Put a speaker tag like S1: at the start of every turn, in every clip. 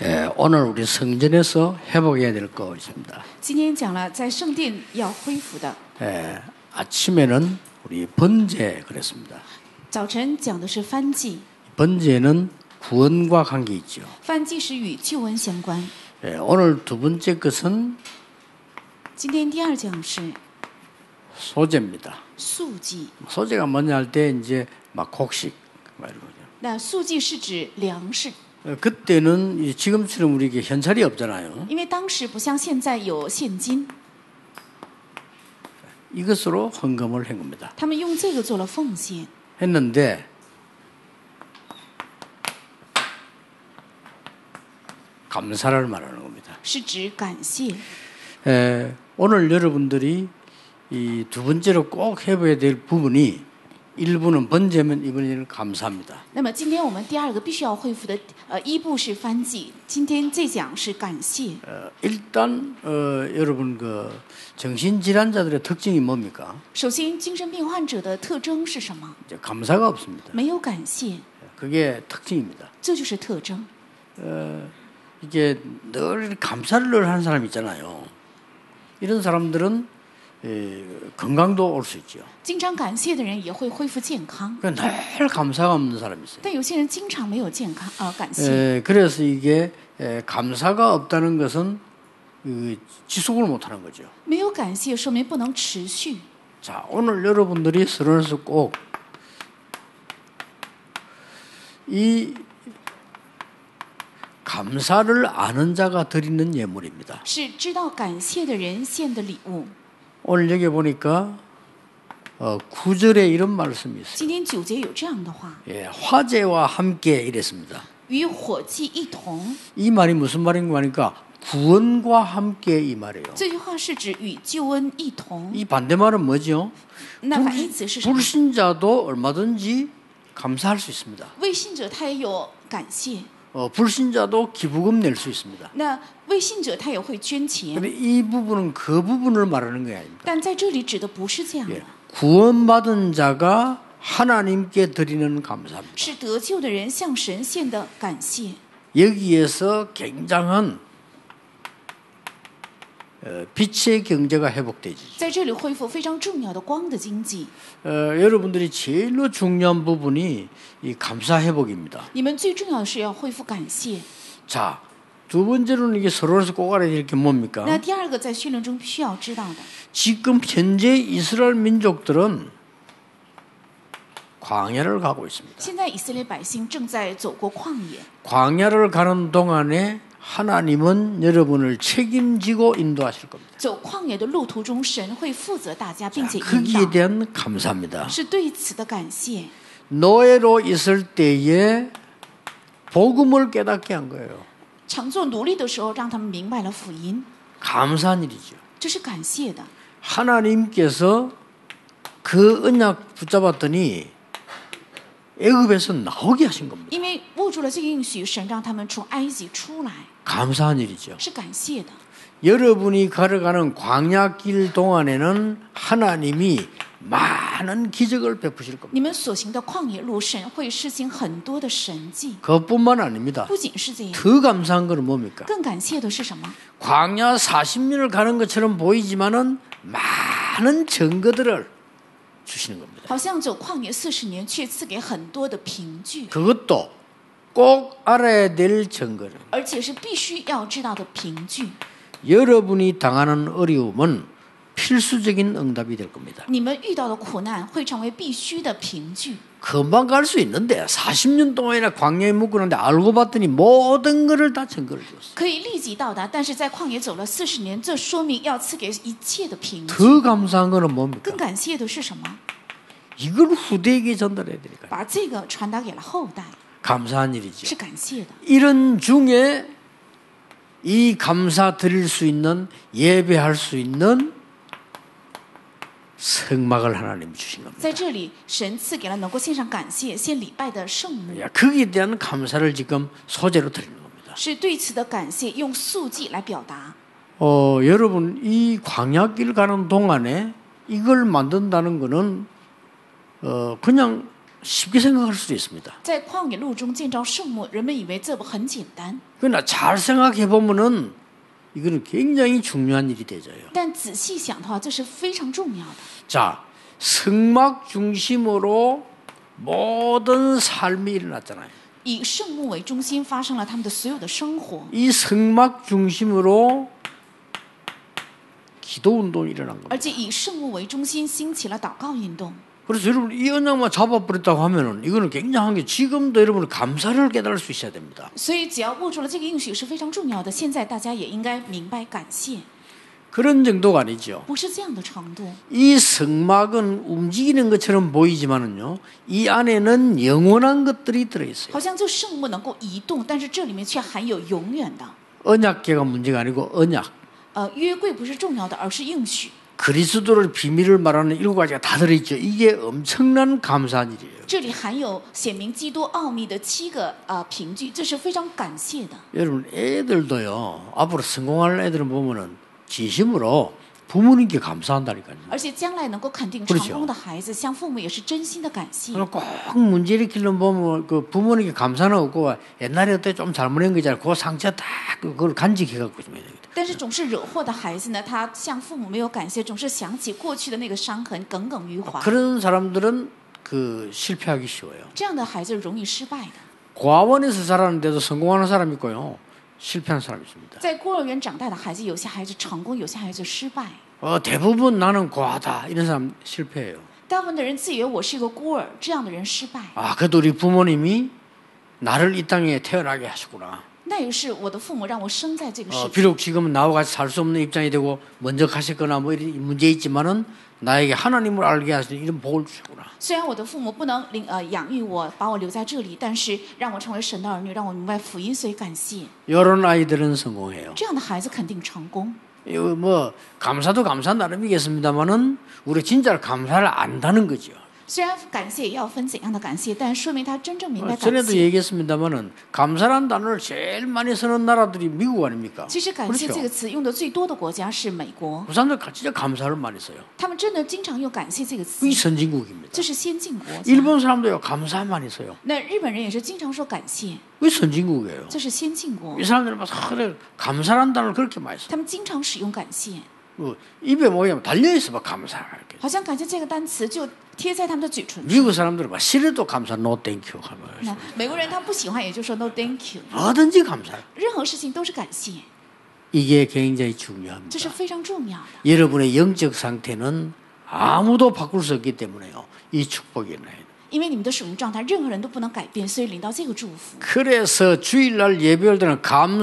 S1: 예, 오늘 우리 성전에서 회복해야 될 거 있습니다.
S2: 今天讲了，在圣殿要恢复的。
S1: 예, 아침에는 우리 번제 그랬습니다.
S2: 早晨讲的是翻祭，
S1: 번제는 구원과 관계 있죠.
S2: 翻祭是与救恩相关。
S1: 예, 오늘 두 번째 것은
S2: 今天第二讲是
S1: 소제입니다.
S2: 素祭，
S1: 소제가 뭐냐 할 때 이제 막 곡식 말이죠.
S2: 那素祭是指粮食，
S1: 어, 그때는 이 지금처럼 우리에게 현찰이 없잖아요.
S2: 因为当时不像现在有现金，
S1: 이것으로 헌금을 한 겁니다.
S2: 他们用这个做了奉献。
S1: 했는데 감사를 말하는 겁니다.
S2: 是指感谢。
S1: 에, 예, 오늘 여러분들이 이 두 번째로 꼭 해봐야 될 부분이 일부는 번제면 이번에는 감사합니다.
S2: 那么今天我们第二个必须要恢复的，呃，一步是翻祭，今天这讲是感谢。
S1: 어, 일단 어, 여러분 그 정신질환자들의 특징이 뭡니까?
S2: 首先，精神病患者的特征是什么？
S1: 이제 감사가 없습니다.
S2: 没有感谢，
S1: 그게 특징입니다.
S2: 这就是特征。
S1: 이게 늘 감사를 늘 하는 사람 있잖아요. 이런 사람들은 에, 건강도 올 수 있죠.
S2: 经常感谢的人也会恢复健康，
S1: 그늘 감사가 없는 사람이 있어요.
S2: 但有些人经常没有健康呃感谢，
S1: 에, 예, 그래서 이게 에, 감사가 없다는 것은 그, 지속을 못하는 거죠.
S2: 没有感谢说明不能持续。
S1: 자, 오늘 여러분들이 서론에서 꼭 이 감사를 아는 자가 드리는 예물입니다.
S2: 是知道感谢的人献的礼物。
S1: 오늘 여기 보니까 어, 9절에 이런 말씀이 있어요.
S2: 今天九节有这样的话，
S1: 예, 화재와 함께 이랬습니다.
S2: 与火祭一同。
S1: 이 말이 무슨 말인가 하니까 구원과 함께 이 말이에요.
S2: 这句话是指与救恩一同。
S1: 이 반대말은 뭐죠?
S2: 那反义词是什么？
S1: 불신자도 얼마든지 감사할 수 있습니다.
S2: 未信者他也有感谢，
S1: 어, 불신자도 기부금 낼 수 있습니다.
S2: 那未信者他也会捐钱，
S1: 근데 이 부분은 그 부분을 말하는 게 아닙니다.
S2: 但在这里指的不是这样的
S1: 예, ， 구원받은 자가 하나님께 드리는 감사입니다.
S2: 是得救的人向神献的感谢。
S1: 여기에서 굉장한 어, 빛의 경제가 회복되지.
S2: 在这里恢复非常重要的光的经济。
S1: 어, 여러분들이 제일로 중요한 부분이 이 감사 회복입니다.
S2: 你们最重要的是要恢复感谢。
S1: 자, 두 번째로는 이게 서론에서 꼭 알아야 될 게 뭡니까?
S2: 那第二个在训练中需要知道的，
S1: 지금 현재 이스라엘 민족들은 광야를 가고 있습니다.
S2: 现在以色列百姓正在走过旷野，
S1: 광야를 가는 동안에 하나님은 여러분을 책임지고 인도하실 겁니다.
S2: 走旷野的路途中，神会负责大家，并且引
S1: 거기에
S2: 导，
S1: 대한 감사입니다.
S2: 是对此的感谢。
S1: 노예로 있을 때에 복음을 깨닫게 한 거예요.
S2: 常做奴隶的时候，让他们明白了福音，
S1: 감사한 일이죠.
S2: 这是感谢的。
S1: 하나님께서 그 언약 붙잡았더니 애굽에서 나오게 하신 겁니다.
S2: 因为握住了这个应许，神让他们从埃及出来，
S1: 감사한 일이죠.
S2: 是感谢的。
S1: 여러분이 걸어가는 광야길 동안에는 하나님이 많은 기적을 베푸실 겁니다.
S2: 你们所行的旷野路，神会施行很多的神迹。
S1: 그것뿐만 아닙니다.
S2: 不仅是这样，
S1: 더 감사한 것은 뭡니까?
S2: 更感谢的是什么？
S1: 광야 40년을 가는 것처럼 보이지만은 많은 증거들을 주시는 겁니다.
S2: 好像走旷野四十年，却赐给很多的凭据，
S1: 그것도 꼭 알아야 될 증거를.
S2: 而且是必须要知道的凭据。
S1: 여러분이 당하는 어려움은 필수적인 응답이 될 겁니다.
S2: 你们遇到的苦难会成为必须的凭据。
S1: 금방 갈 수 있는데 40년 동안이나 광야에 묵었는데 알고 봤더니 모든 것을 다 증거를 줬어요.
S2: 可以立即到达，但是在旷野走了四十年，这说明要赐给一切的凭据。
S1: 더 감사한 거는 뭡니까?
S2: 更感谢的是什么？
S1: 이걸 후대에게 전달해야 되니까
S2: 把这个传达给了后代，
S1: 감사한 일이죠.
S2: 是感谢的。
S1: 이런 중에 이 감사 드릴 수 있는 예배할 수 있는 성막을 하나님 주신 겁니다.
S2: 在这里，神赐给了能够献上感谢、献礼拜的圣母，
S1: 야, 거기에 대한 감사를 지금 소재로 드리는 겁니다.
S2: 是对此的感谢，用素祭来表达。
S1: 어, 여러분 이 광야길 가는 동안에 이걸 만든다는 거는 어, 그냥 쉽게 생각할 수도 있습니다.
S2: 在旷野路中见着圣木，人们以为这很简单，
S1: 그러나 잘 생각해 보면은 이거는 굉장히 중요한 일이 되죠.
S2: 但仔细想的话，这是非常重要的。
S1: 자, 성막 중심으로 모든 삶이 일어났잖아요.
S2: 以圣木为中心，发生了他们的所有的生活，
S1: 이 성막 중심으로 기도 운동이 일어난 겁니다.
S2: 而且以圣木为中心兴起了祷告运动。
S1: 그래서 여러분 이 언약만 잡아버렸다고 하면은 이거는 굉장한 게 지금도 여러분 감사를 깨달을 수 있어야 됩니다.
S2: 所以，只要握住了这个应许是非常重要的。现在大家也应该明白，感谢
S1: 그런 정도가 아니죠.
S2: 不是这样的程度。
S1: 이 성막은 움직이는 것처럼 보이지만은요, 이 안에는 영원한 것들이 들어있어요.
S2: 好像就圣木能够移动，但是这里面却含有永远的。
S1: 언약계가 문제가 아니고 언약,
S2: 呃，约柜不是重要的，而是应许。
S1: 그리스도를 비밀을 말하는 일곱 가지가 다 들어있죠. 이게 엄청난 감사한 일이에요.
S2: 这里含有显明基督奥秘的七个呃凭据，这是非常感谢的。
S1: 여러분 애들도요, 앞으로 성공할 애들은 보면은 진심으로 부모님께 감사한다니까요.
S2: 而且将来能够肯定
S1: 不
S2: 成
S1: 是这样
S2: 功的孩子，向父母也是真心的感谢。
S1: 그럼 꼭 문제 일으키는 보면 그 부모님께 감사는 없고 옛날에 어때 좀 잘못한 거 있잖아요. 그 상처 다 그걸 간직해 갖고 있으면 됩니다.
S2: 但是总是惹祸的孩子呢，他向父母没有感谢，总是想起过去的那个伤痕，耿耿于怀。
S1: 그런 사람들은 그 실패하기 쉬워요.
S2: 这样的孩子容易失败的。
S1: 과원에서 자라는데도 성공하는 사람이 있고요. 실패하는 사람이 있습니다.
S2: 在孤儿园长大的孩子，有些孩子成功，有些孩子失败。
S1: 어, 대부분 나는 과하다. 이런 사람 실패해요.
S2: 大部分的人自以为我是一个孤儿，这样的人失败。
S1: 아, 그래도 우리 부모님이 나를 이 땅에 태어나게 하셨구나.
S2: 那也是我的父母让我生在这个世
S1: 어,
S2: 界。
S1: 비록 지금은 나와 같이 살 수 없는 입장이 되고 먼저 가셨거나 뭐 이런 문제 있지만은 나에게 하나님을 알게 하시는 이런 복을 주셨구나.
S2: 虽然我的父母不能领呃养育我，把我留在这里，但是让我成为神的儿女，让我明白福音，所以感谢。
S1: 이런 아이들은 성공해요.
S2: 这样的孩子肯定成功。
S1: 이거 뭐 감사도 감사 나름이겠습니다만은 우리 진짜 감사를 안다는 거죠.
S2: 虽然感谢也要分怎样的感谢，但说明他啊真正明
S1: 어,
S2: 白感
S1: 전에도
S2: 谢。
S1: 얘기했습니다만은 감사란 단어를 제일 많이 쓰는 나라들이 미국 아닙니까?
S2: 其实“感谢”这
S1: 그렇죠.
S2: 个词用的最多的国家是美国，
S1: 그 사람들 가- 진짜 감사를 많이 써요.
S2: 他们真的经常用“感谢”这个词
S1: 이 ， 선진국입니다.
S2: 这是先进国家。
S1: 일본 사람도요 감사 많이 써요.
S2: 那日本人也是经常说感谢，
S1: 이 선진국이에요.
S2: 这是先进国
S1: 이 ， 사람들은 막 그래 감사란 단어를 그렇게 많이 써요.
S2: 他们经常使用感谢，
S1: 어, 입에 뭐냐면 달려 있어 막 감사. 이렇게.
S2: 好像“感谢”这个单词就贴在他们的嘴唇。
S1: 미국 사람들은 막 싫어도 감사, no thank you 하면
S2: 那美国人他不喜欢，也就说 “no thank you”。
S1: 뭐든지 감사.
S2: 任何事情都是感谢，
S1: 이게 굉장히
S2: 这
S1: 중요합니다.
S2: 是非常重要的。
S1: 여러분의 영적 상태는 아무도 바꿀 수 없기 때문에요. 이 축복이 나요.
S2: 因为你们的属灵状态，任何人都不能改变，所以领到这个祝福。
S1: 그래서 주일날 예배할 때는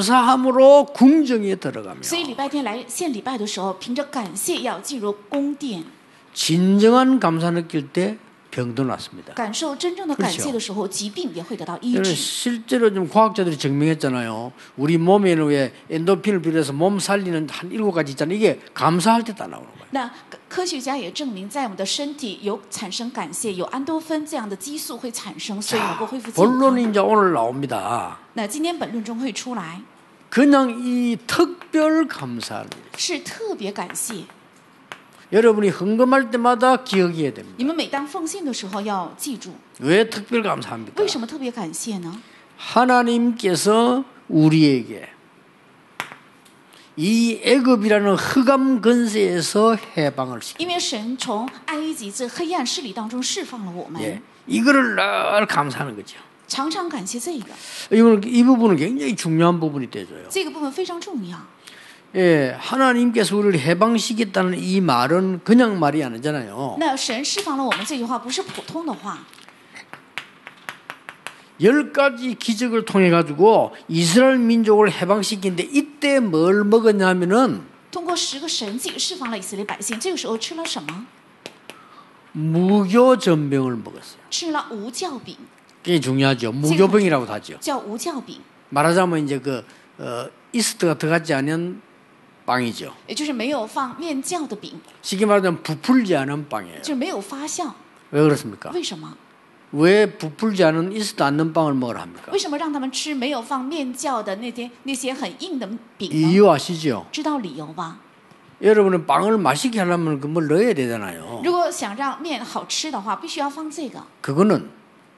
S1: 감사함으로 궁정에 들어가며
S2: 所以礼拜天来献礼拜的时候，凭着感谢要进入宫殿，
S1: 진정한 감사 느낄 때 병도 났습니다.
S2: 感受真正的感谢的时候，疾病也会得到医
S1: 저는
S2: 治。
S1: 실제로 좀 과학자들이 증명했잖아요. 우리 몸에는 왜 엔도핀을 비롯해서 몸 살리는 한 일곱 가지 있잖아요. 이게 감사할 때 다 나오는 거예요.
S2: 那科科学家也证明，在我们的身体有产生感谢，有安多芬这样的激素会产生，所以能够恢复健康。
S1: 본론이 이제 오늘 나옵니다.
S2: 那今天本论中会出来，
S1: 그냥 이 특별 감사합니다.
S2: 是特别感谢。
S1: 여러분이 헌금할 때마다 기억해야 됩니다.
S2: 你们每当奉献的时候要记住，
S1: 왜 특별 감사합니까?
S2: 为什么特别感谢呢？
S1: 하나님께서 우리에게 이 애굽이라는 흑암 근세에서 해방을 시켰.
S2: 因为神从埃及这黑暗势力当中释放了我们，
S1: 예, 이거를 늘 감사하는 거죠.
S2: 常常感谢这个，
S1: 이거는 이 부분은 굉장히 중요한 부분이 되죠.
S2: 这个部分非常重要。
S1: 예, 하나님께서 우리를 해방시켰다는 이 말은 그냥 말이 아니잖아요.
S2: 那神释放了我们这句话不是普通的话，
S1: 열 가지 기적을 통해 가지고 이스라엘 민족을 해방시킨데 이때 뭘 먹었냐면은
S2: 通过十个神迹释放了以色列百姓。这个时候吃了什么？
S1: 무교전병을 먹었어요.
S2: 吃了无酵饼，
S1: 그게 중요하죠. 무교병이라고도 하죠.
S2: 叫无酵饼，
S1: 말하자면 이제 그 어, 이스트가 들어가지 않은 빵이죠.
S2: 也就是没有放面酵的饼，
S1: 쉽게 말하자면 부풀지 않은 빵이에요.
S2: 就是没有发酵。
S1: 왜 그렇습니까?
S2: 为什么？
S1: 왜 부풀지 않은 이스트 않는 빵을 먹으라 합니까?
S2: 为什么让他们吃没有放面酵的那些那些很硬的饼呢？
S1: 이유 아시죠?
S2: 知道理由吧？
S1: 여러분은 빵을 맛있게 하려면 그걸 넣어야 되잖아요.
S2: 如果想让面好吃的话，必须要放这个。
S1: 그거는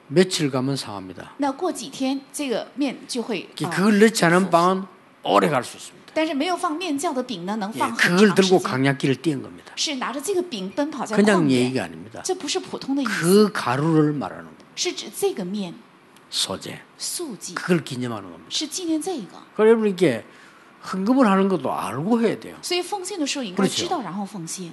S1: 며칠 가면 상합니다.
S2: 那过几天这个面就会。
S1: 그-
S2: 啊
S1: 그걸 넣지 않은 빵은 오래 갈 수 있습니다.
S2: 但是没有放面酱的饼呢，能
S1: 예,
S2: 放很
S1: 그걸
S2: 长时
S1: 들고
S2: 间。
S1: 강약기를 띄운 겁니다.
S2: 是拿着这个饼奔跑在旷
S1: 그냥
S2: 野，
S1: 얘기가 아닙니다.
S2: 这不是普通的意思，
S1: 그 가루를 말하는 겁니다.
S2: 是指这个面
S1: 소재.
S2: 素祭，
S1: 그걸 기념하는 겁니다.
S2: 是纪念这个。
S1: 그러분 이게 헌금을 하는 것도 알고 해야 돼요.
S2: 所以奉献的时候应该
S1: 그렇죠
S2: 知道，然后奉献。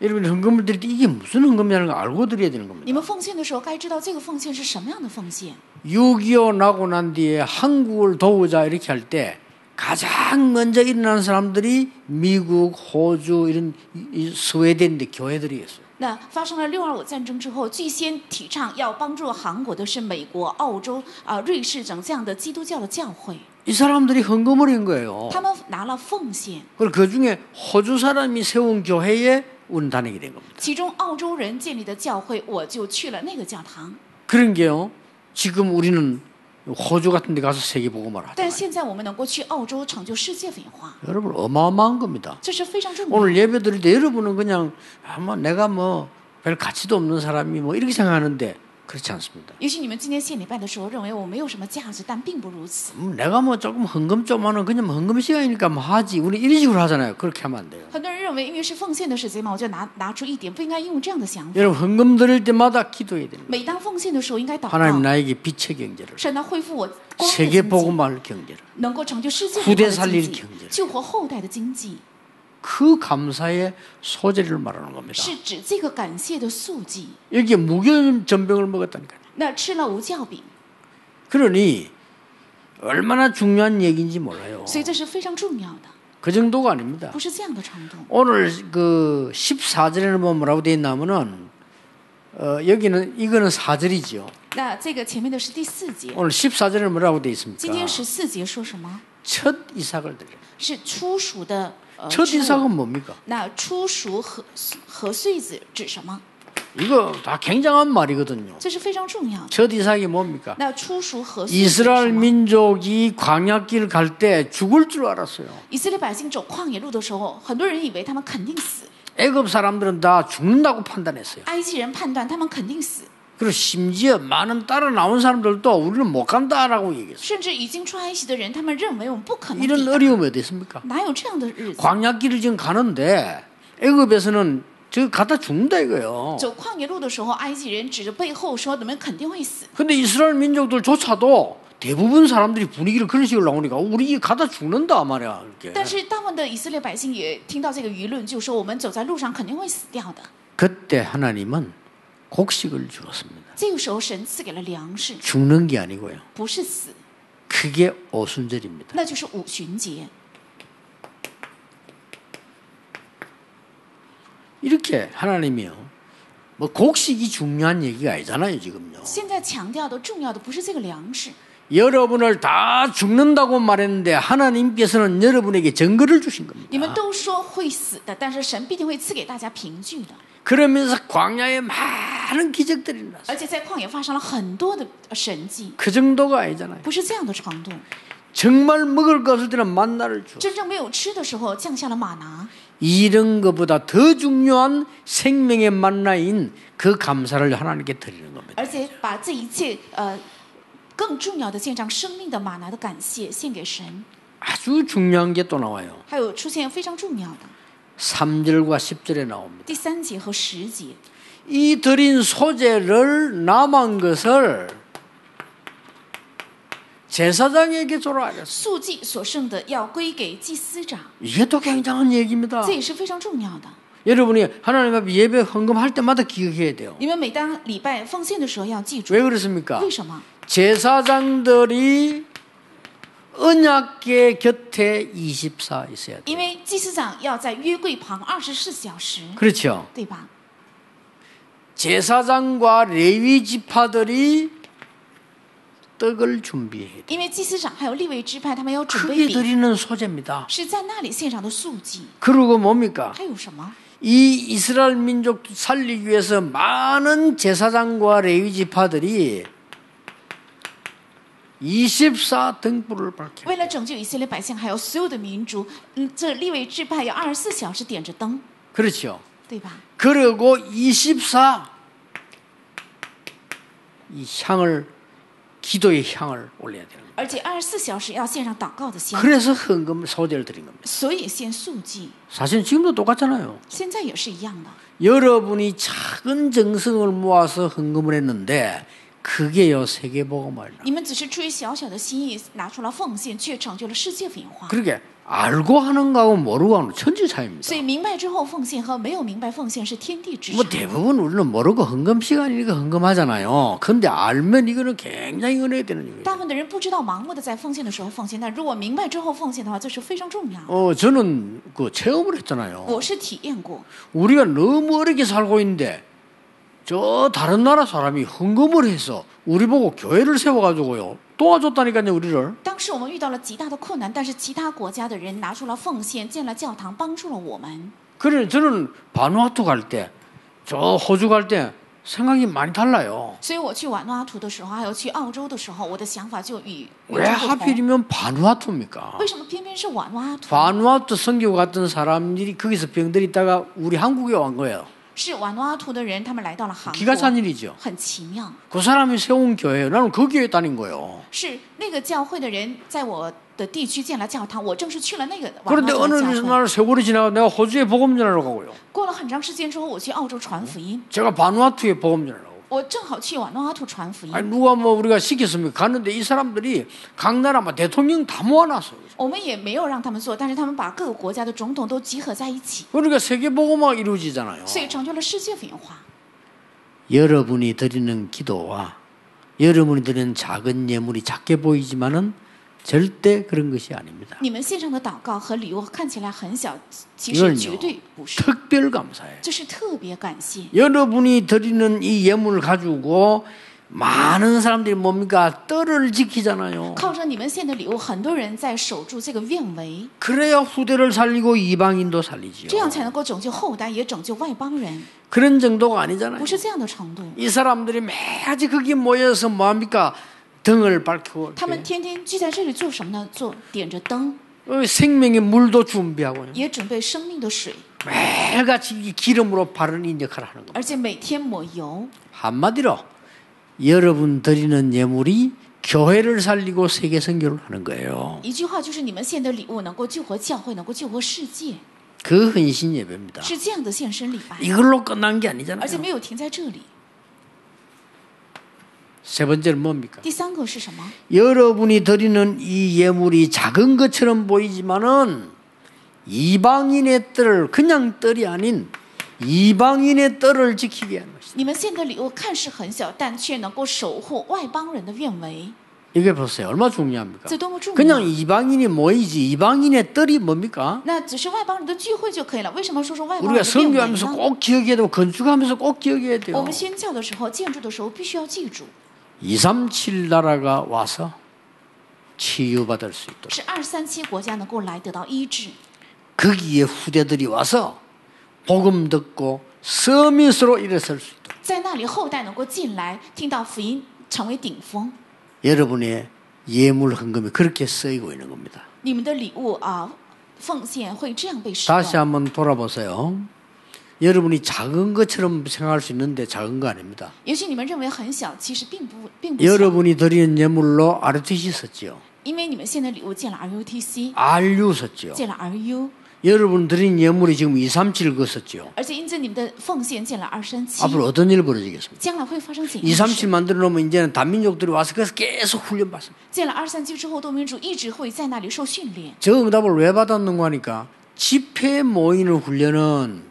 S1: 여러분 헌금을 드릴 때 이게 무슨 헌금이라는 걸 알고 드려야 되는
S2: 你
S1: 겁니다.
S2: 们奉献的时候该知道这个奉献是什么样的奉献。
S1: 6.25 나고 난 뒤에 한국을 도우자 이렇게 할 때 가장 먼저 일어나는 사람들이 미국, 호주 이런 이- 이 스웨덴 데 교회들이었어요.
S2: 那发生了六二五战争之后，最先提倡要帮助韩国的是美国、澳洲、啊、瑞士等这样的基督教的教会，
S1: 이 사람들이 헌금을 한 거예요.
S2: 他们拿了奉献。
S1: 그리고 그 중에 호주 사람이 세운 교회에 우리는 다니게 된 겁니다.
S2: 其中澳洲人建立的教会，我就去了那个教堂。
S1: 그런 게요. 지금 우리는 호주 같은 데 가서 세계복음을
S2: 但
S1: 하잖아요.
S2: 现在我们能够去澳洲成就世界文化，
S1: 여러분 어마어마한 겁니다.
S2: 这是非常重要的。
S1: 오늘 예배 드릴 때 여러분은 그냥 아마 내가 뭐 별 가치도 없는 사람이 뭐 이렇게 생각하는데 그렇지 않습니다.
S2: 也许你们今天献礼拜的时候认为我没有什么价值，但并不如此。
S1: 음, 내가 뭐 조금 헌금 좀 하는 그냥 뭐 헌금 시간이니까 뭐 하지. 우리 이런 식으로 하잖아요. 그렇게 하면 안 돼요.
S2: 很多人认为，因为是奉献的事情嘛，我就拿拿出一点，不应该用这样的想法。
S1: 여러분 헌금 드릴 때마다 기도해야 됩니다.
S2: 每当奉献的时候，应该祷
S1: 하나님
S2: 告，
S1: 나에게 빛의 경제를
S2: 神呢恢复我光的
S1: 세계
S2: 经济，
S1: 복음할 경제를
S2: 能够成就世界
S1: 후대살리는 경
S2: 经
S1: 제
S2: 济
S1: 를 ，
S2: 救活后代的经济，
S1: 그 감사의 소재를 말하는 겁니다.
S2: 是指这个感谢的素祭。
S1: 여기 무교 전병을 먹었다니까요.
S2: 那吃了无酵饼，
S1: 그러니 얼마나 중요한 얘기인지 몰라요.
S2: 所以这是非常重要的，
S1: 그 정도가 아닙니다.
S2: 不是这样的程度。
S1: 오늘 그 14절에는 보면 뭐라고 되어 있냐면은 어, 여기는 이거는 4절이지요.
S2: 那这个前面的是第四节，
S1: 오늘 14절에 뭐라고 되어
S2: 今
S1: 있습니까?
S2: 天十四节说什么？
S1: 첫 이삭을 드려.
S2: 是初熟的呃
S1: 첫
S2: 植物
S1: 이삭은 뭡니까?
S2: 那初熟和和穗子指什么？
S1: 이거 다 굉장한 말이거든요.
S2: 这是非常重要的。
S1: 첫 이삭이 뭡니까?
S2: 那初熟和穗子指什
S1: 이스라엘
S2: 么？
S1: 민족이 광야길 갈 때 죽을 줄 알았어요.
S2: 以色列百姓走旷野路的时候，很多人以为他们肯定死。
S1: 애굽 사람들은 다 죽는다고 판단했어요.
S2: 埃及人判断他们肯定死，
S1: 그리고 심지어 많은 따라 나온 사람들도 우리는 못 간다라고 얘기했어요.
S2: 甚至已经出埃及的人，他们认为我们不可能
S1: 이런
S2: 抵
S1: 어려움이 어디 있습니까?
S2: 哪有这样的日子？
S1: 광야길을 지금 가는데 애굽에서는 저 가다 죽는다 이거예요.
S2: 走旷野路的时候，埃及人指着背后说：“你们肯定会死。
S1: 근데 이스라엘 민족들조차도 대부분 사람들이 분위기를 그런 식으로 나오니까 우리 가다 죽는다 말이야.
S2: 但
S1: 이렇게.
S2: 是大部分的以色列百姓也听到这个舆论，就说我们走在路上肯定会死掉的。
S1: 그때 하나님은 곡식을 주었습니다.
S2: 这个时候，神赐给了粮食，
S1: 죽는 게 아니고요.
S2: 不是死，
S1: 그게 오순절입니다.
S2: 那就是五旬节。
S1: 이렇게 하나님이요. 뭐 곡식이 중요한 얘기가 아니잖아요, 지금요.
S2: 现在强调的重要的不是这个粮食，
S1: 여러분을 다 죽는다고 말했는데 하나님께서는 여러분에게 증거를 주신
S2: 你们
S1: 겁니다.
S2: 都说会死的，但是神必定会赐给大家凭据的。
S1: 그러면서 광야에 많은 기적들이 났어요.
S2: 而且在旷野发生了很多的神迹，
S1: 그 정도가 아니잖아요.
S2: 不是这样的程度。
S1: 정말 먹을 것 없을 때는 만나를 주.
S2: 真正没有吃的时候降下了马拿，
S1: 이런 것보다 더 중요한 생명의 만나인 그 감사를 하나님께 드리는 겁니다.
S2: 而且把这一切呃更重要的献上生命的马拿的感谢献给神。
S1: 아주 중요한 게 또 나와요.
S2: 还有出现非常重要的
S1: 3절과 10절에 나옵니다.
S2: 第三节和十节，
S1: 이 드린 소재를 남은 것을 제사장에게 줘라 하셨어요.
S2: 素祭所剩的要归给祭司长，
S1: 이게 또 굉장한 얘기입니다.
S2: 这也是非常重要的。
S1: 여러분이 하나님 앞에 예배 헌금할 때마다 기억해야 돼요.
S2: 你们每当礼拜奉献的时候要记住，
S1: 왜 그렇습니까?
S2: 为什么？
S1: 제사장들이 언약계 곁에 24 있어야
S2: 因
S1: 돼요.
S2: 为祭司长要在约柜旁二十四小时，
S1: 그렇죠.
S2: 对吧？
S1: 제사장과 레위 지파들이 떡을 준비해야 돼요.
S2: 因为祭司长还有立位支派，他们要准备
S1: 크게
S2: 饼，
S1: 드리는 소재입니다.
S2: 是在那里献上的素祭。
S1: 그리고 뭡니까?
S2: 还有什么？
S1: 이 이스라엘 민족 살리기 위해서 많은 제사장과 레위 지파들이 24 등불을 밝혀.
S2: 为了拯救以色列百姓，还有所有的民族，嗯，这立位支派要二十四小时点着灯，
S1: 그렇죠.
S2: 对吧？
S1: 그리고 24 이 향을 기도의 향을 올려야 되는 거예요.
S2: 而且二十四小时要献上祷告的香，
S1: 그래서 헌금을 소재를 드린 겁니다.
S2: 所以献素祭，
S1: 사실 지금도 똑같잖아요.
S2: 现在也是一样的。
S1: 여러분이 작은 정성을 모아서 헌금을 했는데 그게요 세계복음화예요.
S2: 你们只是出于小小的心意拿出了奉献，却成就了世界文化。
S1: 그러게 알고 하는 거하고 모르고 하는 천지 차이입니다.
S2: 所以明白之后奉献和没有明白奉献是天地之
S1: 뭐
S2: 差。
S1: 대부분 우리는 모르고 헌금 시간이니까 헌금하잖아요. 근데 알면 이거는 굉장히 은혜가 되는 일이에요.
S2: 大部分的人不知道盲目的在奉献的时候奉献，但如果明白之后奉献的话，这是非常重要。
S1: 어, 저는 그 체험을 했잖아요.
S2: 我是体验过，
S1: 우리가 너무 어렵게 살고 있는데 저 다른 나라 사람이 헌금을 해서 우리 보고 교회를 세워가지고요. 도와줬다니까요, 우리를.
S2: 当时我们遇到了极大的困难，但是其他国家的人拿出了奉献，建了教堂，帮助了我们。
S1: 그래, 저는 바누아투 갈 때, 저 호주 갈 때 생각이 많이 달라요.
S2: 所以我去瓦努阿图的时候，还有去澳洲的时候，我的想法就与与
S1: 왜
S2: 众不同。
S1: 하필이면 바누아투입니까?
S2: 为什么偏偏是瓦努阿图？
S1: 바누아투 선교 갔던 사람들이 거기서 병들이 있다가 우리 한국에 온 거예요.
S2: 是瓦努阿图的人，他们来到了韩
S1: 기가 찬
S2: 国，
S1: 일이죠.
S2: 很奇妙。
S1: 그 사람이 세운 교회예요. 나는 거기에 다닌 거예요.
S2: 是那个教会的人在我的地区建了教堂，我正是去了那个瓦努
S1: 그런데
S2: 阿
S1: 어느
S2: 图的教会。
S1: 날 세월이 지나고 내가 호주에 복음 전하러 가고요.
S2: 过了很长时间之后，我去澳洲传福音，
S1: 제가 바누아투에 복음 전하러 가고.
S2: 我正好去瓦努阿图传福音。
S1: 아니 누가 뭐 우리가 시켰습니까? 갔는데 이 사람들이 각 나라 막 대통령 다 모아놨어요.
S2: 我们也没有让他们做，但是他们把各个国家的总统都集合在一起，
S1: 그러니까 세계 복음화가 이루어지잖아요.
S2: 所以成就了世界文化。
S1: 여러분이 드리는 기도와 여러분이 드리는 작은 예물이 작게 보이지만은 절대 그런 것이 아닙니다.
S2: 你们献上的祷告和礼物看起来很小，其实绝对不是，
S1: 특별 감사예요.
S2: 这是特别感谢。
S1: 여러분이 드리는 이 예물을 가지고 많은 사람들이 뭡니까? 떨을 지키잖아요.
S2: 靠着你们献的礼物，很多人在守住这个愿围，
S1: 그래야 후대를 살리고 이방인도
S2: 这
S1: 살리지요.
S2: 样才能够拯救后代，也拯救外邦人，
S1: 그런 정도가 아니잖아요.
S2: 不是这样的程度。
S1: 이 사람들이 매일 거기 모여서 뭐합니까? 등을 밝히고
S2: 他们天天聚在这里做什么呢？做点着灯，
S1: 어, 생명의 물도 준비하고요.
S2: 也准备生命的水，
S1: 매일같이 이 기름으로 바르는 이 역할을 하는 겁니다.
S2: 而且每天抹油。
S1: 한마디로 여러분 드리는 예물이 교회를 살리고 세계 선교를 하는 거예요.
S2: 一句话就是，你们献的礼物能够救活教会，能够救活世界，
S1: 그 헌신 예배입니다.
S2: 是这样的献身礼拜，
S1: 이걸로 끝난 게
S2: 而且
S1: 아니잖아요.
S2: 没有停在这里。
S1: 세 번째는 뭡니까?
S2: 第三个是什么？
S1: 여러분이 드리는 이 예물이 작은 것처럼 보이지만은 이방인의 뜰을 그냥 뜰이 아닌 이방인의 뜰을 지키게 하는 것이다.
S2: 你们献的礼物看似很小，但却能够守护外邦人的愿围，
S1: 이게 보세요. 얼마나 중요합니까?
S2: 这多么重
S1: 그냥
S2: 要！
S1: 이방인이 모이지 이방인의 뜰이 뭡니까?
S2: 那只是外邦人的聚会就可以了。为什么说是啊外邦
S1: 우리가
S2: 人的愿围
S1: 선교하면서
S2: 呢？
S1: 꼭 기억해야 되고 건축하면서 꼭 기억해야
S2: 我
S1: 돼요.
S2: 们宣教的时候、建筑的时候，必须要记住，
S1: 237 나라가 와서 치유받을 수 있도록
S2: 是二三七国家能够来得到医治，
S1: 거기에 후대들이 와서 복음 듣고 서밋으로 일어설 수 있도록
S2: 在那里后代能够进来，听到福音，成为顶峰。
S1: 여러분의 예물 헌금이 그렇게 쓰이고 있는 겁니다.
S2: 你们的礼物啊，奉献会这样被使
S1: 다시
S2: 用。
S1: 한번 돌아보세요. 여러분이 작은 것처럼 생각할 수 있는데 작은 거 아닙니다.
S2: 也许你们认为很小，其实并不并不小，
S1: 여러분이 드리는 예물로 RTC 썼지요.
S2: 因为你们献的礼物建了 RUTC，
S1: RU 썼지요.
S2: 建了 RU，
S1: 여러분 드린 예물이 지금 237 그거 썼지요.
S2: 而且因此你们的奉献建了二三七，
S1: 앞으로 어떤 일 벌어지겠습니까?
S2: 将来会发生怎样的事？
S1: 237 만들어 놓으면 이제는 단민족들이 와서 그래서 계속 훈련 받습니다.
S2: 建了二三七之后，多民主一直会在那里受训练。
S1: 저 응답을 왜 받았는가 하니까 집회 모이는 훈련은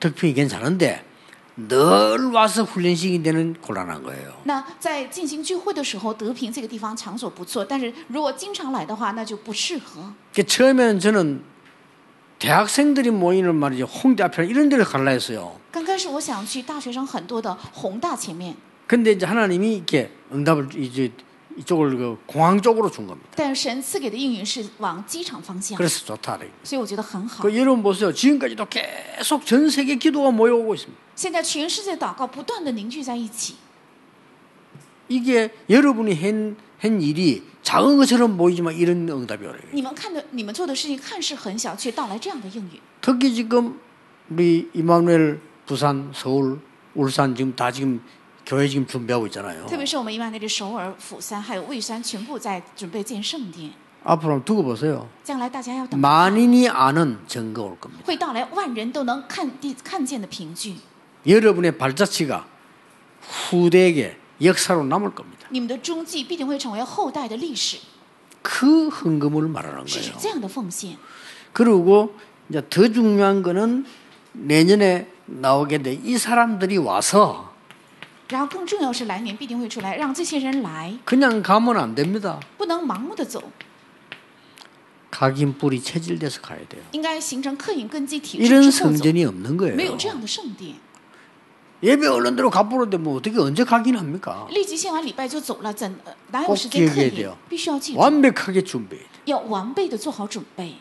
S1: 덕평이 괜찮은데 늘 와서 훈련식이 되는 곤란한 거예요.
S2: 那在进行聚会的时候，德平这个地方场所不错，但是如果经常来的话，那就不适合。
S1: 그러니까 처음에는 저는 대학생들이 모이는 말이죠. 홍대 앞에 이런 데를 갈라 했어요.
S2: 刚开始我想去大学生很多的宏大前面，
S1: 근데 이제 하나님이 이렇게 응답을 이제 이쪽을 그 공항 쪽으로 준 겁니다.
S2: 但神赐给的应允是往机场方向，
S1: 그래서 좋다. 그래요.
S2: 所以我觉得很好。
S1: 그 여러분 보세요. 지금까지도 계속 전 세계 기도가 모여오고 있습니다.
S2: 现在全世界祷告不断的凝聚在一起，
S1: 이게 여러분이 한, 한 일이 작은 것처럼 보이지만 이런 응답이 오래요.
S2: 你们看的你们做的事情看似很小，却到来这样的应允。
S1: 특히 지금 우리 이마누엘 부산, 서울, 울산 지금 다 지금 교회 지금 준비하고 있잖아요.
S2: 特别是我们伊万内的首尔、釜山还有蔚山，全部在准备建圣殿。
S1: 앞으로 한번 두고 보세요.
S2: 将来大家要等，
S1: 嗯 만인이 아는 증거 올 겁니다.
S2: 会到来万人都能看地看见的凭据。
S1: 여러분의 발자취가 후대에게 역사로 남을 겁니다.
S2: 你们的踪迹必定会成为后代的历史，
S1: 그 헌금을 말하는
S2: 是指
S1: 거예요.
S2: 这样的奉献。
S1: 그리고 이제 더 중요한 거는 내년에 나오게 돼. 이 사람들이 와서
S2: 然后更重要是，来年必定会出来，让这些人来，
S1: 그냥 가면 안 됩니다.
S2: 不能盲目的走，
S1: 각인 뿌리 체질돼서 가야 돼요.
S2: 应该形成刻印根基体制
S1: 이런
S2: 之后走。
S1: 성전이 없는
S2: 没有
S1: 거예요.
S2: 这样的圣殿，
S1: 예배 얼른 대로 가버렸는데 뭐 어떻게 언제 각인합니까?
S2: 立即献完礼拜就走了，怎呃哪有时
S1: 꼭기 억
S2: 间刻
S1: 해야돼요
S2: 印？必须要记住，
S1: 완벽하게 준비해야 돼요.
S2: 要完备的做好准备。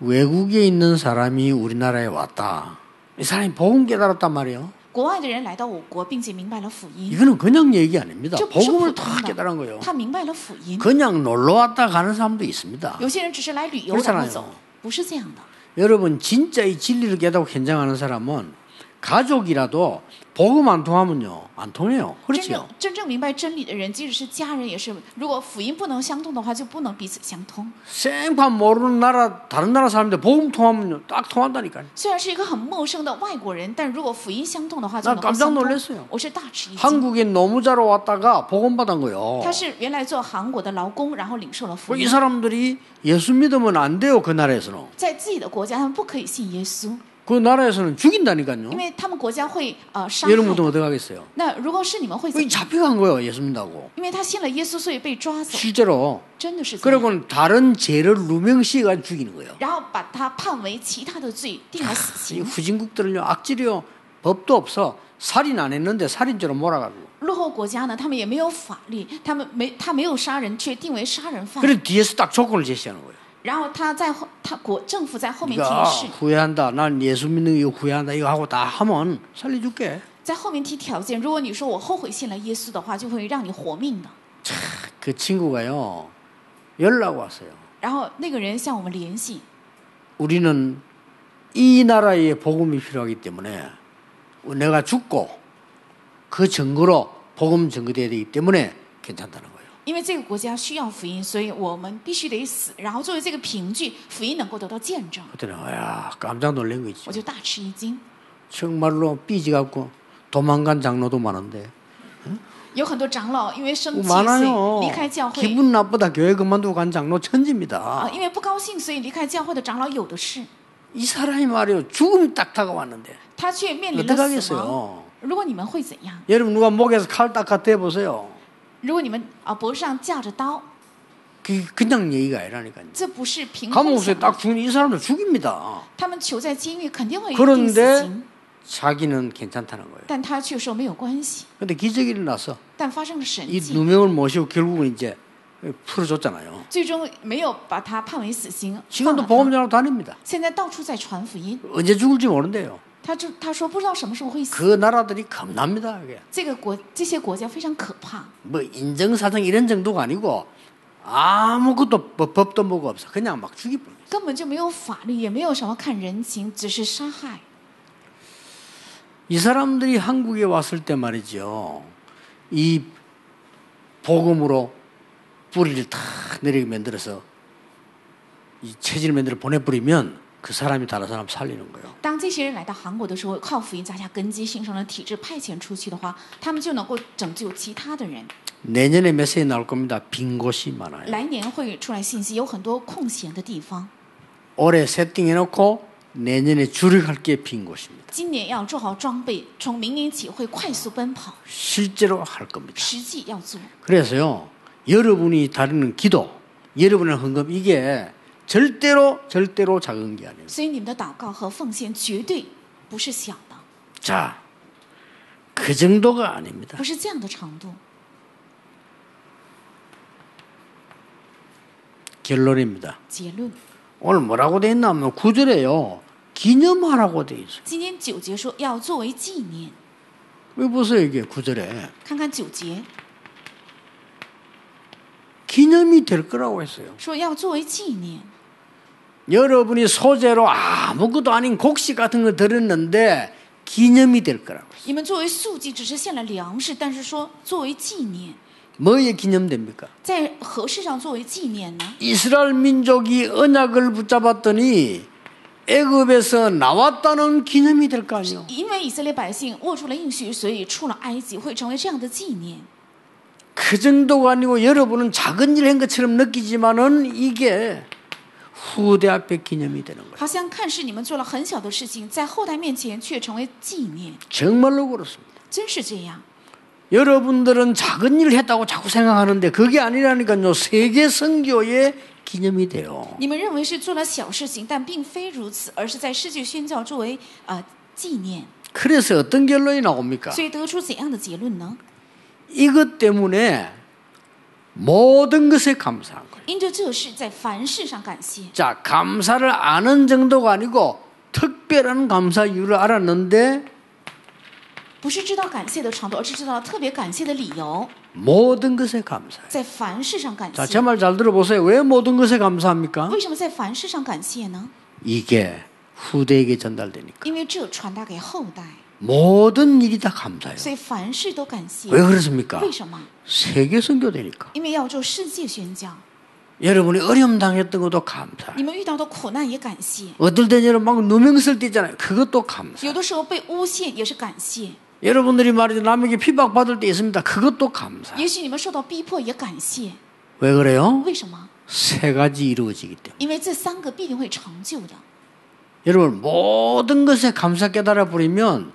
S1: 외국에 있는 사람이 우리나라에 왔다. 이 사람이 복음 깨달았단 말이에요.
S2: 国外的人来到我国，并且明白了福音，
S1: 이거는 그냥 얘기 아닙니다.
S2: 这不是普
S1: 복음을
S2: 通
S1: 다 깨달은 거예요.
S2: 的，他明白了福音。
S1: 그냥 놀러 왔다 가는 사람도 있습니다.
S2: 有些人只是来旅游
S1: 그렇잖아요
S2: 然后走，不是这样的。
S1: 여러분 진짜 이 진리를 깨닫고 현장하는 사람은 가족이라도 복음 안 통하면요 안 통해요.
S2: 真
S1: 그렇죠?
S2: 正真正明白真理的人，即使是家人，也是如果福音不能相通的话，就不能彼此相通。
S1: 생판 모르는 나라 다른 나라 사람들 복음 통하면요 딱 통한다니까요.
S2: 虽然是一个很陌生的外国人，但如果福音相通的话，就
S1: 那
S2: 能够
S1: 깜짝
S2: 相
S1: 놀랐어요
S2: 通。我是大吃一惊。
S1: 한국인 노무자로 왔다가 복음 받은 거요. 뭐
S2: 他是原来做韩国的劳工，然后领受了福
S1: 이
S2: 音。
S1: 사람들이 예수 믿으면 안 돼요 그 나라에서는.
S2: 在自己的国家，他们不可以信耶稣，
S1: 그 나라에서는 죽인다니까요.
S2: 因为他们国家会呃伤害。
S1: 여러분도 어떻게 하겠어요?
S2: 那如果是你们会怎
S1: 이
S2: 么？
S1: 잡혀간 거예요 예수 믿다고
S2: 因为他信了耶稣，所以被抓走，
S1: 실제로.
S2: 真的是这样。
S1: 그리고는 다른 죄를 누명씌가 죽이는 거예요.
S2: 然后把他判为其他的罪，定了死
S1: 이
S2: 刑。
S1: 후진국들은요 악질이요 법도 없어 살인 안 했는데 살인죄로 몰아가지고
S2: 落后国家呢，他们也没有法律，他们没他没有杀人，却定为杀人犯。
S1: 그래서 뒤에서 딱 조건을 제시하는 거예요.
S2: 然后他在后，他国政府在后面
S1: 네가
S2: 提示，
S1: 후회한다. 난 예수 믿는 거 이거 후회한다. 이거 하고 다 하면 살려줄게.
S2: 在后面提条件。如果你说我后悔信了耶稣的话，就会让你活命的。
S1: 그 친구가요 연락 왔어요.
S2: 然后那个人向我们联系，
S1: 우리는 이 나라에 복음이 필요하기 때문에 내가 죽고 그 증거로 복음 증거돼야 되기 때문에 괜찮다는 거예요.
S2: 因为这个国家需要福音，所以我们必须得死。然后作为这个凭据，福音能够得到见证，
S1: 그때는 야 깜짝 놀란 거 있죠.
S2: 我就大吃一惊。
S1: 정말로 삐지 갖고 도망간 장로도 많은데
S2: 有很多长老因为生气，所以
S1: 많아요.
S2: 离开教会
S1: 기분 나쁘다 교회 그만두고 간 장로
S2: 啊，
S1: 천지입니다.
S2: 因为不高兴，所以离开教会的长老有的是，
S1: 이 사람이 말이요 죽음이 딱 다가왔는데
S2: 他却面临
S1: 어떻게
S2: 了死亡。
S1: 하겠어요?
S2: 如果你们会怎样？
S1: 여러분 누가 목에서 칼 딱 갖다 대보세요.
S2: 如果你们啊脖子上架着刀，
S1: 그 그냥 얘기가 아니라니까요.
S2: 这不是凭空想
S1: 감옥에서
S2: 的
S1: 딱 죽는 이 사람도 죽입니다.
S2: 他们囚在监狱肯定会
S1: 그런데
S2: 定死刑，
S1: 자기는 괜찮다는 거예요.
S2: 但他却说没有关系。
S1: 근데 기적이 일어나서
S2: 但发生了神
S1: 이
S2: 迹，
S1: 누명을 모시고 결국은 이제 풀어줬잖아요.
S2: 最终没有把他判为死刑。
S1: 지금도
S2: 放了
S1: 보험장으로 다닙니다.
S2: 他现在到处在传福音，
S1: 언제 죽을지 모른대요.
S2: 他就他说不知道什么时候会死。
S1: 그 나라들이 겁납니다. 그게.
S2: 这个国这些国家非常可怕，
S1: 뭐 인정사정 이런 정도가 아니고 아무것도 법- 법도 뭐가 없어. 그냥 막 죽이뿐.
S2: 根本就没有法律，也没有什么看人情，只是杀害。
S1: 이 사람들이 한국에 왔을 때 말이죠. 이 복음으로 뿌리를 탁 내리게 만들어서 이 체질 만들어 보내버리면 그 사람이 다른 사람 살리는 거예요.
S2: 当这些人来到韩国的时候，靠福音扎下根基，形成了体制，派遣出去的话，他们就能够拯救其他的人。
S1: 내년에 메시지 나올 겁니다. 빈 곳이 많아요.
S2: 来年会出来信息，有很多空闲的地方。
S1: 올해 세팅해놓고 내년에 줄여갈 게 빈 곳입니다.
S2: 今年要做好装备，从明年起会快速奔跑，
S1: 실제로 할 겁니다.
S2: 实际要做。
S1: 그래서요 여러분이 다루는 기도, 여러분의 헌금 이게 절대로 절대로 작은 게 아니에요.
S2: 所以你们的祷告和奉献绝对不是小的，
S1: 자, 그 정도가 아닙니다.
S2: 不是这样的程度。
S1: 결론입니다.
S2: 结论，
S1: 오늘 뭐라고 돼 있나 하면 구절에요 기념하라고 돼 있어요.
S2: 今天九节说要作为纪念，
S1: 왜 보세요 이게 구절에
S2: 看看九节
S1: 기념이 될 거라고 했어요.
S2: 说要作为纪念。
S1: 여러분이 소재로 아무것도 아닌 곡식 같은 걸 들었는데 기념이 될 거라고.
S2: 你们作为素祭只是献了粮食，但是说作为纪念，
S1: 뭐에 기념됩니까?
S2: 在何事上作为纪念呢？
S1: 이스라엘 민족이 언약을 붙잡았더니 애굽에서 나왔다는 기념이 될 거 아니에요.
S2: 因为以色列百姓握住了应许，所以出了埃及，会成为这样的纪念。
S1: 그 정도가 아니고 여러분은 작은 일 한 것처럼 느끼지만은 이게 후대 앞에 기념이 되는 거예요.
S2: 好像看似你们做了很小的事情，在后代面前却成为纪念，
S1: 정말로 그렇습니다.
S2: 真是这样。
S1: 여러분들은 작은 일을 했다고 자꾸 생각하는데 그게 아니라니까요. 세계 선교의 기념이 돼요.
S2: 你们认为是做了小事情，但并非如此，而是在世界宣教作为呃纪念。
S1: 그래서 어떤 결론이 나옵니까?
S2: 所以得出怎样的结论呢？
S1: 이것 때문에 모든 것에 감사한 거예요.
S2: 因着这事，在凡事上感谢，
S1: 자, 감사를 아는 정도가 아니고 특별한 감사 이유를 알았는데
S2: 不是知道感谢的程度，而是知道了特别感谢的理由，
S1: 모든 것에 감사해요.
S2: 在凡事上感
S1: 자,
S2: 谢
S1: 제 。말 잘 들어보세요. 왜 모든 것에 감사합니까?
S2: 为什么在凡事上感谢呢？
S1: 이게 후대에게 전달되니까.
S2: 因为这传达给后代，
S1: 모든 일이 다 감사해요.
S2: 所以凡事都感谢
S1: 왜 。 그렇습니까?
S2: 为什么？
S1: 세계 선교되니까.
S2: 因为要做世界宣教，
S1: 여러분이 어려움 당했던 것도 감사해요.
S2: 你们遇到的苦难也感谢，
S1: 어떨 때는 여러분 막 누명 쓸 때 있잖아요. 그것도 감사.
S2: 有的时候被诬陷也是感谢，
S1: 여러분들이 말이죠 남에게 핍박받을 때 있습니다. 그것도 감사.
S2: 也许你们受到逼迫也感谢。
S1: 왜 그래요?
S2: 为什么？
S1: 세 가지 이루어지기 때문에.
S2: 因为这三个必定会成就的。
S1: 여러분 모든 것에 감사 깨달아 버리면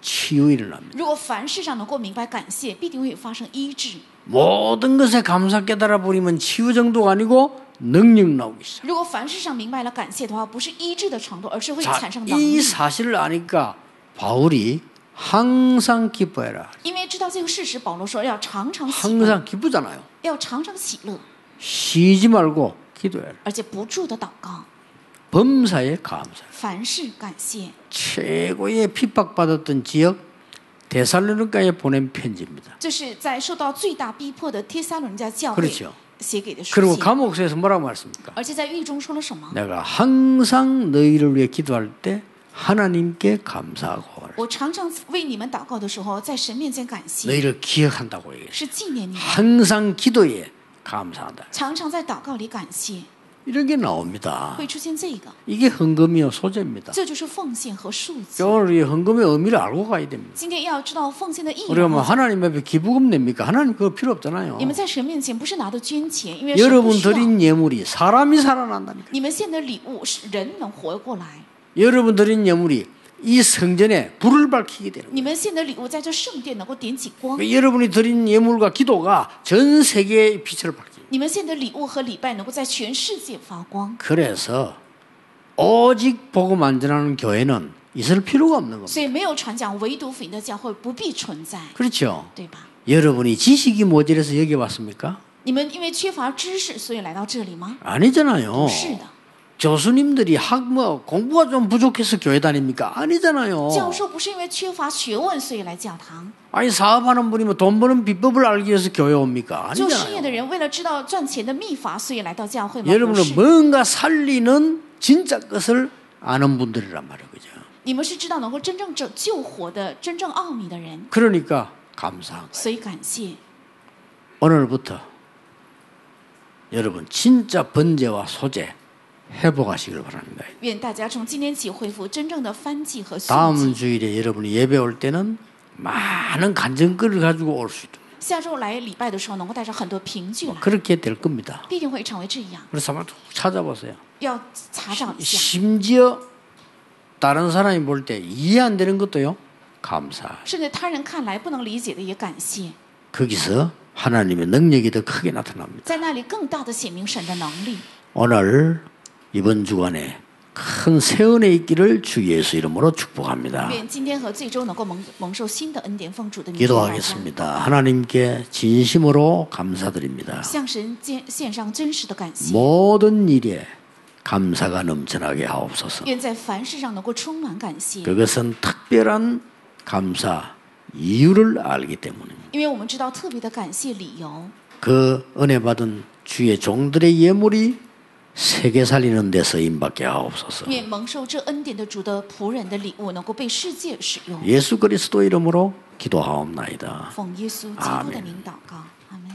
S1: 치유 일어납니다.
S2: 如果凡事上能够明白感谢，必定会发生医治；
S1: 모든 것에 감사 깨달아 버리면 치유 정도가 아니고 능력 나오기 시작.
S2: 如果凡事上明白了感谢的话，不是医治的程度，而是会产生能力
S1: 이 。 사실을 아니까 바울이 항상 기뻐해라.
S2: 因为知道这个事实，保罗说要常常喜乐，
S1: 항상 기쁘잖아요.
S2: 要常常喜乐，
S1: 쉬지 말고 기도해라.
S2: 而且不住的祷告，
S1: 범사에 감사.
S2: 凡事感谢。
S1: 최고의 핍박받았던 지역 데살로니가에 보낸 편지입니다.
S2: 这是在受到最大逼迫的帖撒罗尼迦教会
S1: 그렇죠
S2: 写给的书
S1: 그리고
S2: 信，
S1: 감옥에서 뭐라고 말했습니까?
S2: 而且在狱中说了什么？
S1: 내가 항상 너희를 위해 기도할 때 하나님께 감사하고 하라.
S2: 我常常为你们祷告的时候，在神面前感谢，
S1: 너희를 기억한다고 얘기했어요.
S2: 是纪念你们，
S1: 항상 기도에 감사한다.
S2: 常常在祷告里感谢，
S1: 이런 게 나옵니다.
S2: 会出现这个，
S1: 이게 헌금이요 소재입니다.
S2: 这就是奉献和数字。
S1: 오늘 우리 헌금의 의미를 알고 가야 됩니다.
S2: 今天要知道奉献的意义
S1: 우리가 뭐
S2: 吗。
S1: 하나님 앞에 기부금 냅니까? 하나님 그거 필요 없잖아요.
S2: 你们在神面前不是拿的捐钱，因为神不
S1: 여러분
S2: 需要。
S1: 드린 예물이 사람이 살아난다니까.
S2: 你们献的礼物是人能活过来，
S1: 여러분 드린 예물이 이 성전에 불을 밝히게 되는
S2: 你们献的礼物在这圣殿能够点起光，
S1: 거예요. 그 여러분이 드린 예물과 기도가 전 세계에 빛을 밝히는 거예요.
S2: 你们献的礼物和礼拜能够在全世界发光。
S1: 그래서 오직 복음 안전하는 교회는 있을 필요가 없는 겁니다.
S2: 所以没有传讲唯独福音的教会不必存在，
S1: 그렇죠?
S2: 对吧？
S1: 여러분이 지식이 모자라서 여기 왔습니까?
S2: 你们因为缺乏知识，所以来到这里吗？
S1: 아니잖아요.
S2: 是的，
S1: 교수님들이 학뭐 공부가 좀 부족해서 교회 다닙니까? 아니잖아요.
S2: 教授不是因为缺乏学问所以来教堂，
S1: 아니 사업하는 분이 뭐 돈 버는 비법을 알기 위해서 교회 옵니까?
S2: 做事业
S1: 아니잖아요.
S2: 的人为了知道赚钱的秘法，所以来到教会吗？不
S1: 여러분은
S2: 是，
S1: 뭔가 살리는 진짜 것을 아는 분들이란 말이에요. 그죠?
S2: 你们是知道能够真正拯救活的真正奥秘的人，
S1: 그러니까 감사한 거예요.
S2: 所以感谢。
S1: 오늘부터 여러분 진짜 번제와 소제 회복하시길 바랍니다.
S2: 愿大家从今天起恢复真正的翻祭和素祭。
S1: 다음 주일에 여러분이 예배 올 때는 많은 간증글을 가지고 올 수 있도록
S2: 下周来礼拜的时候，能够带上很多凭据来，
S1: 그렇게 될 겁니다.
S2: 必定会成为这样。
S1: 그래서 한번 쭉 찾아보세요.
S2: 要查找一下，
S1: 심지어 다른 사람이 볼 때 이해 안 되는 것도요. 감사.
S2: 甚至他人看来不能理解的也感谢。
S1: 거기서 하나님의 능력이 더 크게 나타납니다.
S2: 在那里更大的显明神的能力。
S1: 오늘 이번 주간에 큰 세운에 있기를 주 예수 이름으로 축복합니다.
S2: 愿今天和最终能够蒙蒙受新的恩典，奉主的名祝大家
S1: 기도하겠습니다. 하나님께 진심으로 감사드립니다.
S2: 向神献献上真实的感谢，
S1: 모든 일에 감사가 넘쳐나게 하옵소서.
S2: 愿在凡事上能够充满感谢，
S1: 그것은 특별한 감사 이유를 알기 때문입니다.
S2: 因为我们知道特别的感谢理由，
S1: 그 은혜 받은 주의 종들의 예물이 세계 살리는 데 쓰임밖에 없어서
S2: 愿蒙受这恩典的主的仆人的礼物能够被世界使用。
S1: 예수 그리스도 이름으로 기도하옵나이다.
S2: 奉耶稣基督的名祷告，阿门。